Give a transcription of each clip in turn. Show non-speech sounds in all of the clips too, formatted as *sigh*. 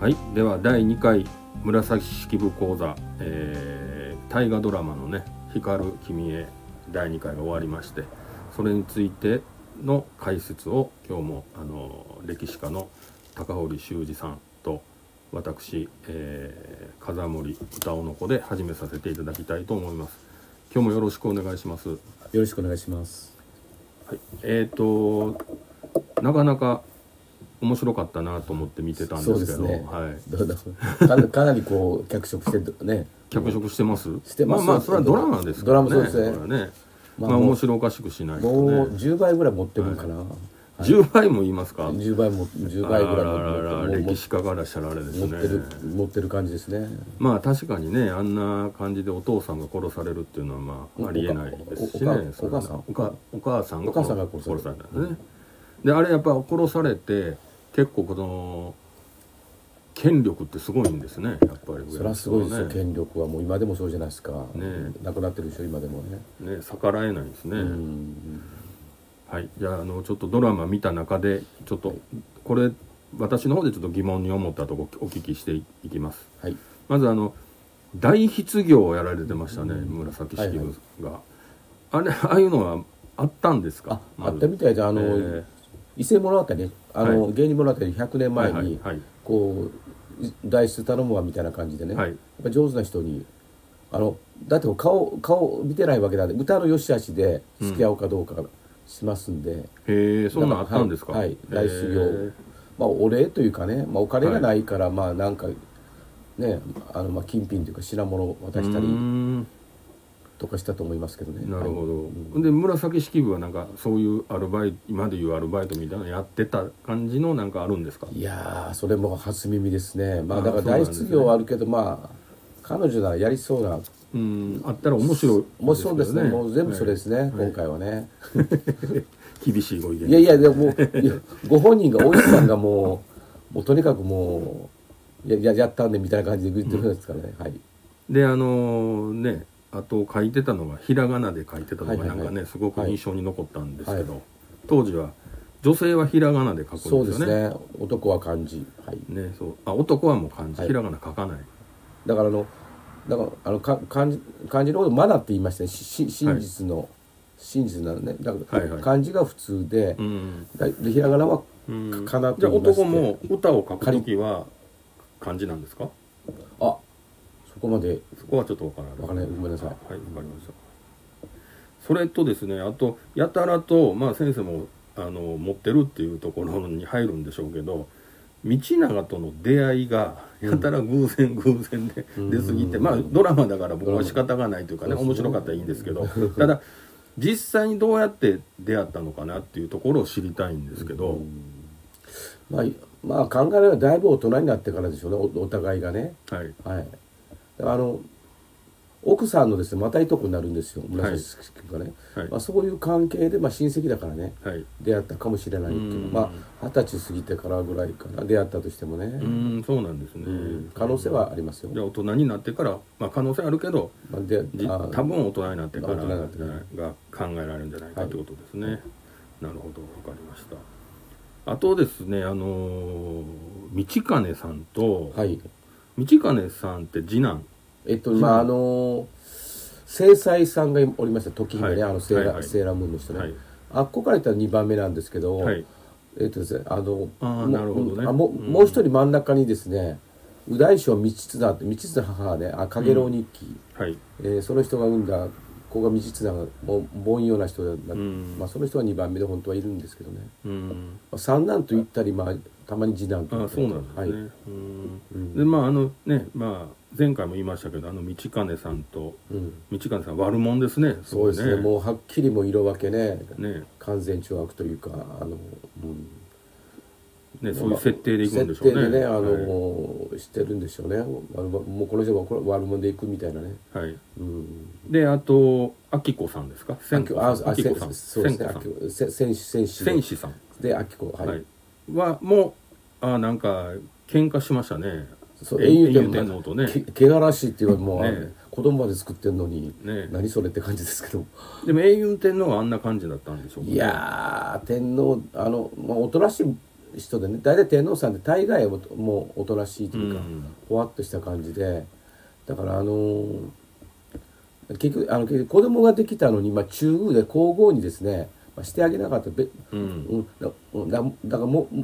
はい、では第2回紫式部講座、えー大河ドラマのね「光る君へ」第2回が終わりましてそれについての解説を今日もあの歴史家の高堀修二さんと私、えー風森歌男の子で始めさせていただきたいと思います今日もよろしくお願いしますよろしくお願いします。はい、えっ、となかなか面白かったなと思って見てたんですけどそうですねはい、どうだか *laughs* なかなりこう脚色してるね。脚色してますしてますまあまあそれはドラマですからねドラマそうですねこれはねままあ、あ面白おかしくしないともうね10倍ぐらい持ってるんかな。 10倍も言いますか10倍も10あ倍らぐらいらららもうも歴史家からしたらあれです持ってるね持ってる感じですね。まあ確かにねあんな感じでお父さんが殺されるっていうのはまあありえないですしねおおおそれはお母さんおかお母さんがお母さんが殺され殺されたんですねであれやっぱ殺されて結構この権力ってすごいんですねやっぱりそれはすごいですよ。ね権力はもう今でもそうじゃないですか。えなくなってるでしょ今でもね。ね逆らえないんですね、うん。はい、じゃああのちょっとドラマ見た中でちょっとこれ私の方でちょっと疑問に思ったとこお聞きしていきますはい。まずあの大失業をやられてましたね、紫式部が、あれああいうのはあったんですあか、あったみたいでああの、伊勢物語ねあの、はい芸人物語100年前に、はいはいこうい代筆頼むわみたいな感じでね、はいやっぱ上手な人にあのだって顔顔見てないわけなんで歌の良し悪しで付き合うかどうかしますんで、へえそんなんあったんですかはい、はい大修へ行え、まあ、お礼というかね、まあ、お金がないから、まあなんかねあのまあ金品というか品物を渡したうーりんとかしたと思いますけどねなるほはど、いで紫式部はなんかそういうアルバイト今でいうアルバイトみたいなのやってた感じのなんかあるんですかいやーそれも初耳ですねまああーだからそうなん大ですね失業はあるけどまあ彼女ならやりそうなうんあったら面白いもうそうですねけどもう全部それですね、はい今回はね、厳しいご意見い、やいやでももういやご本人が大石さんがもうもうとにかくもうやややったんでみたいな感じで言ってるんですからね、はいであのねあと書いてたのがひらがなで書いてたのはいがなはいはんいかね、すごく印象に残ったんですけど、は当時は女性はひらがなで書くんですそようねですね男は漢字はいねそうあ男はもう漢字、はいひらがな書かないだからあのだからあのか漢字漢字のことを「マナ」って言いましたねしし真実の、真実なのねだから、はいはい漢字が普通でう、ん、だでひらがなはうんかかなとじゃあ言いまして男も歌を書く時は漢字なんですかあそこまでそこはちょっとわからないわからないごめんなさいはい、わかりました。それとですね、あとやたらとまあ先生もあの持ってるっていうところに入るんでしょうけど、道長との出会いがやたら偶然偶然でうん出過ぎて、うんまあドラマだから僕ドラはマ仕方がないというかね、そう面ですね白かったらいいんですけど、ただ実際にどうやって出会ったのかなっていうところを知りたいんですけど、まあ、まあ考えればだいぶ大人になってからでしょうねおお互いがねはい、はいだからあの奥さんのですねまたいとこになるんですよ紫式部がね、はいまあ、そういう関係で、まあ、親戚だからねはい。出会ったかもしれないっていううんまあ二十歳過ぎてからぐらいかな出会ったとしてもね、うーん、そうなんですね。うん可能性はありますよ、じゃあ大人になってから、まあ可能性あるけど、まあ、でじあ多分大人になってから大人になってからが考えられるんじゃないかということですね、なるほど分かりましたあとですねあのー道金さんと、はい道金さんって次男えっとまああの正妻さんがおりました時姫ね、はいあのセーラ、はいはいセーラームーンの人ね、はいあっこから言ったら2番目なんですけど、はいえっとですね、あの、あーもなるほどねあもうんもう一人真ん中にですね、右大将道綱って、道綱母はね、あ、影郎日記、はいえーその人が産んだ子が道綱が、もう、凡庸な人だった、うんまあ、その人が2番目で本当はいるんですけどね。うんまあ、三男と言ったり、まあ、たまに次男と言あったそうりなんですね、はい。うんうんでまああのねまあ前回も言いましたけどあの道金さんとうん。道金さん悪者ですねそうですね、もうはっきりもう色分けね、ね完全懲悪というか、あの、うん。ねそういう設定でいくんでしょ設う定でねね、あの、はしてるんでしょうね。あのもうこの人はこれ悪者でいくみたいなね。い、はいうん。であとあきこさんですかあ千き子こさあんああきせこさんそうです千ね子あさんきこせ選手選手戦士さんであきこはい、はい、はもうあなんか喧嘩しましたねそうえ英英雄雄天天皇皇とねけけがらしいっていうかもう、ね子供まで作ってんのに、ね何それって感じですけどでも英雄天皇はあんな感じだったんでしょうか、ね、いやー天皇あのまあおとなしい人でね大体天皇さんって大概おともうおとなしいというか、うんほわっとした感じでだからあのー結局あの結局子供ができたのに、まあ、中宮で皇后にですね、まあ、してあげなかったべ、うんうん、だうんだだからもう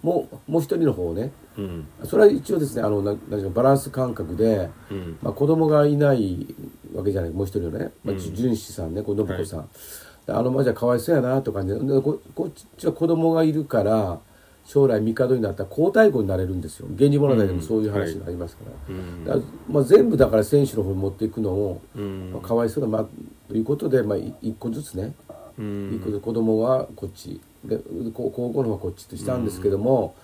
もうもう一人の方ねうんそれは一応ですねあのななんていうかバランス感覚で、うんまあ、子供がいないわけじゃないもう一人のね、まあ、うんじゅ純子さんねこう信子さん、であのまあじゃあかわいそうやなとかねでここっちは子供がいるから将来帝になったら皇太后になれるんですよ源氏物語でもそういう話がありますから,、うんだまあ、全部だから選手の方に持っていくのを、うんまあ、かわいそうだ、まあ、ということで、まあ、い一個ずつねう一個んずつ子供はこっちで高校の方はこっちとしたんですけども、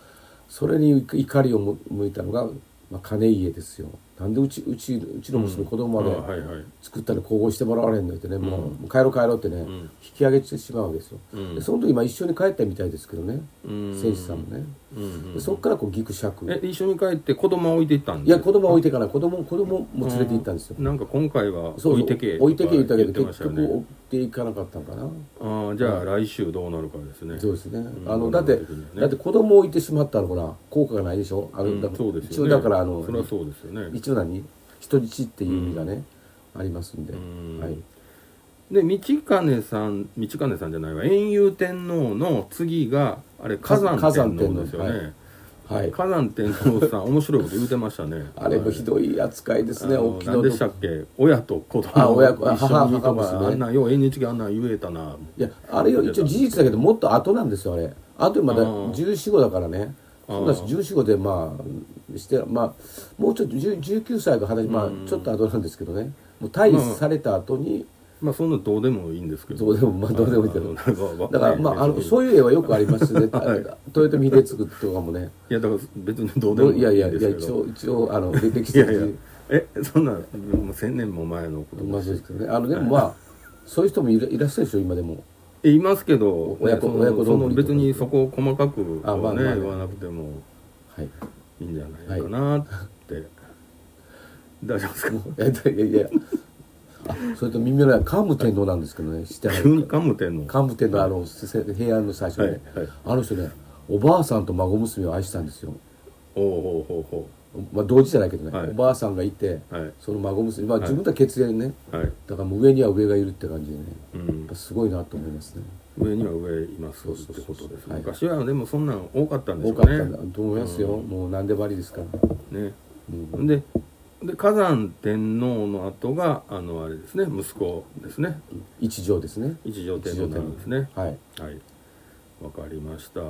それに怒りをむ向いたのが、まあ、金家ですよなんでうちうちうちの娘、子供あまで、はいはい作ったり交互してもらわれんのよってね、もうもう帰ろう帰ろうってね、ん引き上げてしまうわけですよ、うんでその時まあ一緒に帰ったみたいですけどね、うん選手さんもね、うんでそこからこうギクシャクえ一緒に帰って子供は置いていったんいでや子供は置いていかない子供子供も連れて行ったんですよ、なんか今回はそうそう置いてけ置いてけ言ったけどとか言ってまし結たよ局ね置いていかなかったのかな、ああじゃあ来週どうなるかですねそうですね、んあのだって、子供の時にねだって子供を置いてしまったらほら効果がないでしょあの、うんだからそうです一よ応ねだからあのそれはそうですよね一応何人質っていう意味がね、ありますんで、うんはいで道兼さん道兼さんじゃないわ円遊天皇の次があれ火山火山天天皇皇ですよね、はい火山天皇さん面白いこと言うてましたねあれもひどい扱いですね、あの沖何縄でしたっけ親と子供あ親一子緒にいと母母か娘あんなんよう NHK あんなん言えたないや、あれよ、一応事実だけど、もっと後なんですよ、あれ。あとまだあー14、5だからね。そうだし、14、5で、まあ、して、まあ、もうちょっと10 19歳が話、まうんあ、ちょっと後なんですけどね。もう退位された後に、まあそんなどうでもいいんですけどどうでも、まあ、どうでもいいけど。あのだから、まあ、あの、そういういう絵はよくあり *laughs* ますね。豊臣秀次とかもね。いやだから別にどうでもいいいやいや、んでいすや、け一ど応、一応、あの、歴史いや的いやに。えそんなもう千年も前のことまあ、そうですけどね。あの、でも、まあ、そういう人もいらいらっしゃるでしょ、今でも。えいますけど親子その親子丼そとのか別にそこを細かくはね、あまあまあ言わなくてもはい。 *laughs* いいんじゃないかなって、大丈夫ですかえっといやいやあそれと耳のない桓武天皇なんですけどね知っては急にるカム天皇桓武天皇あのせせ平安の最初ね、はいはいあの人ねおばあさんと孫娘を愛したんですよ、おおほうほまあ、同時じゃないけどね、はいおばあさんがいて、うはいその孫娘まあ自分とは血縁ね、はい、だからもう上には上がいるって感じでねうやっんぱ、すごいなと思いますね上には上いますってことですねはい昔はでもそんなん多かったんでしょ多うかったねんだと思いますよ、もう何でもありですから、ねうん、でで火山天皇の後があのあれですね息子ですね一条ですね一条天皇なんですねはいはいわかりました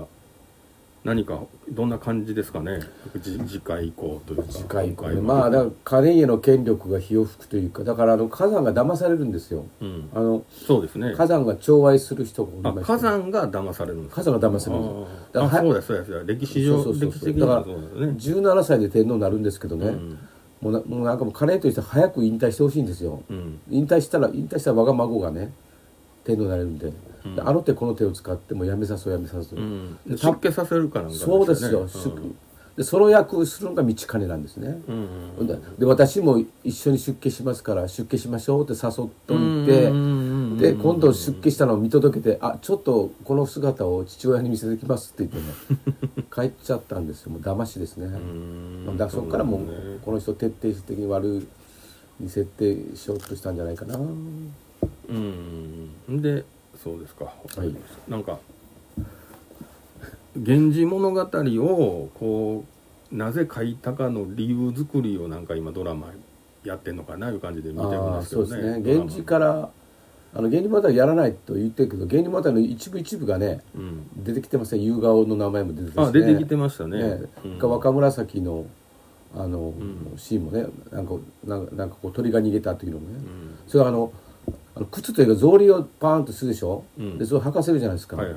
何かどんな感じですかね次次回以降というか次回以降ね今回まあだから金家の権力が火を吹くというかだからあの火山が騙されるんですようん、あのそうですね火山が寵愛する人がおりあまして火山が騙されるんです火山が騙せあるーあだからそうですそうです歴史上そうそうそう歴史的にだはからそうですね17歳で天皇になるんですけどね、うんもうなもうなんかもうカレーとして早く引退してほしいんですようん引退したら引退したら我が孫がね天皇になれるんで,で、うんあの手この手を使ってもうやめさそうやめさそうう、ん、出家させるからそうですよ、出でその役をするのが道金なんですね、うんうんでで私も一緒に出家しますから出家しましょうって誘っとういて、んうんうんで今度出家したのを見届けて「あちょっとこの姿を父親に見せてきます」って言ってね *laughs* 帰っちゃったんですよもう騙しですねんだからそこからもうそうなんだねこの人徹底的に悪に設定しようとしたんじゃないかなうんうんでそうですか、いなんか「源氏物語」をこうなぜ書いたかの理由作りをなんか今ドラマやってんのかないう感じで見てるんあでーすけそうどでねすねドラマ源氏からあの源氏物語やらないと言ってるけど源氏物語の一部一部がねうん、出てきてますね夕顔の名前も出てきてまあすね出てきてましたねねうんか若紫のあの、んシーンもねなんかなんかなんかこう鳥が逃げたっていうのもね、うんそれはあのあの靴というか草履をパーンとするでしょ、うんでそれを履かせるじゃないですか、はいはい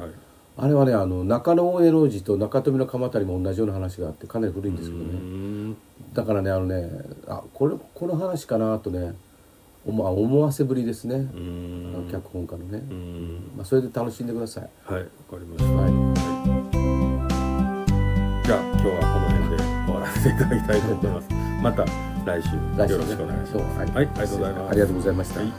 あれはねあの中野大江老寺と中富の鎌足も同じような話があってかなり古いんですうけどね、んだからねあのねあこれこの話かなとね思思わせぶりですねう、あのん脚本家のねう、んまあ、それで楽しんでください、はいわかりましたはいじゃあ今日はこの辺で終わらせていただきたいと思います。また来週来週よねろしくお願いしそうます。ははい、ありがとうございます。ありがとうございました、はい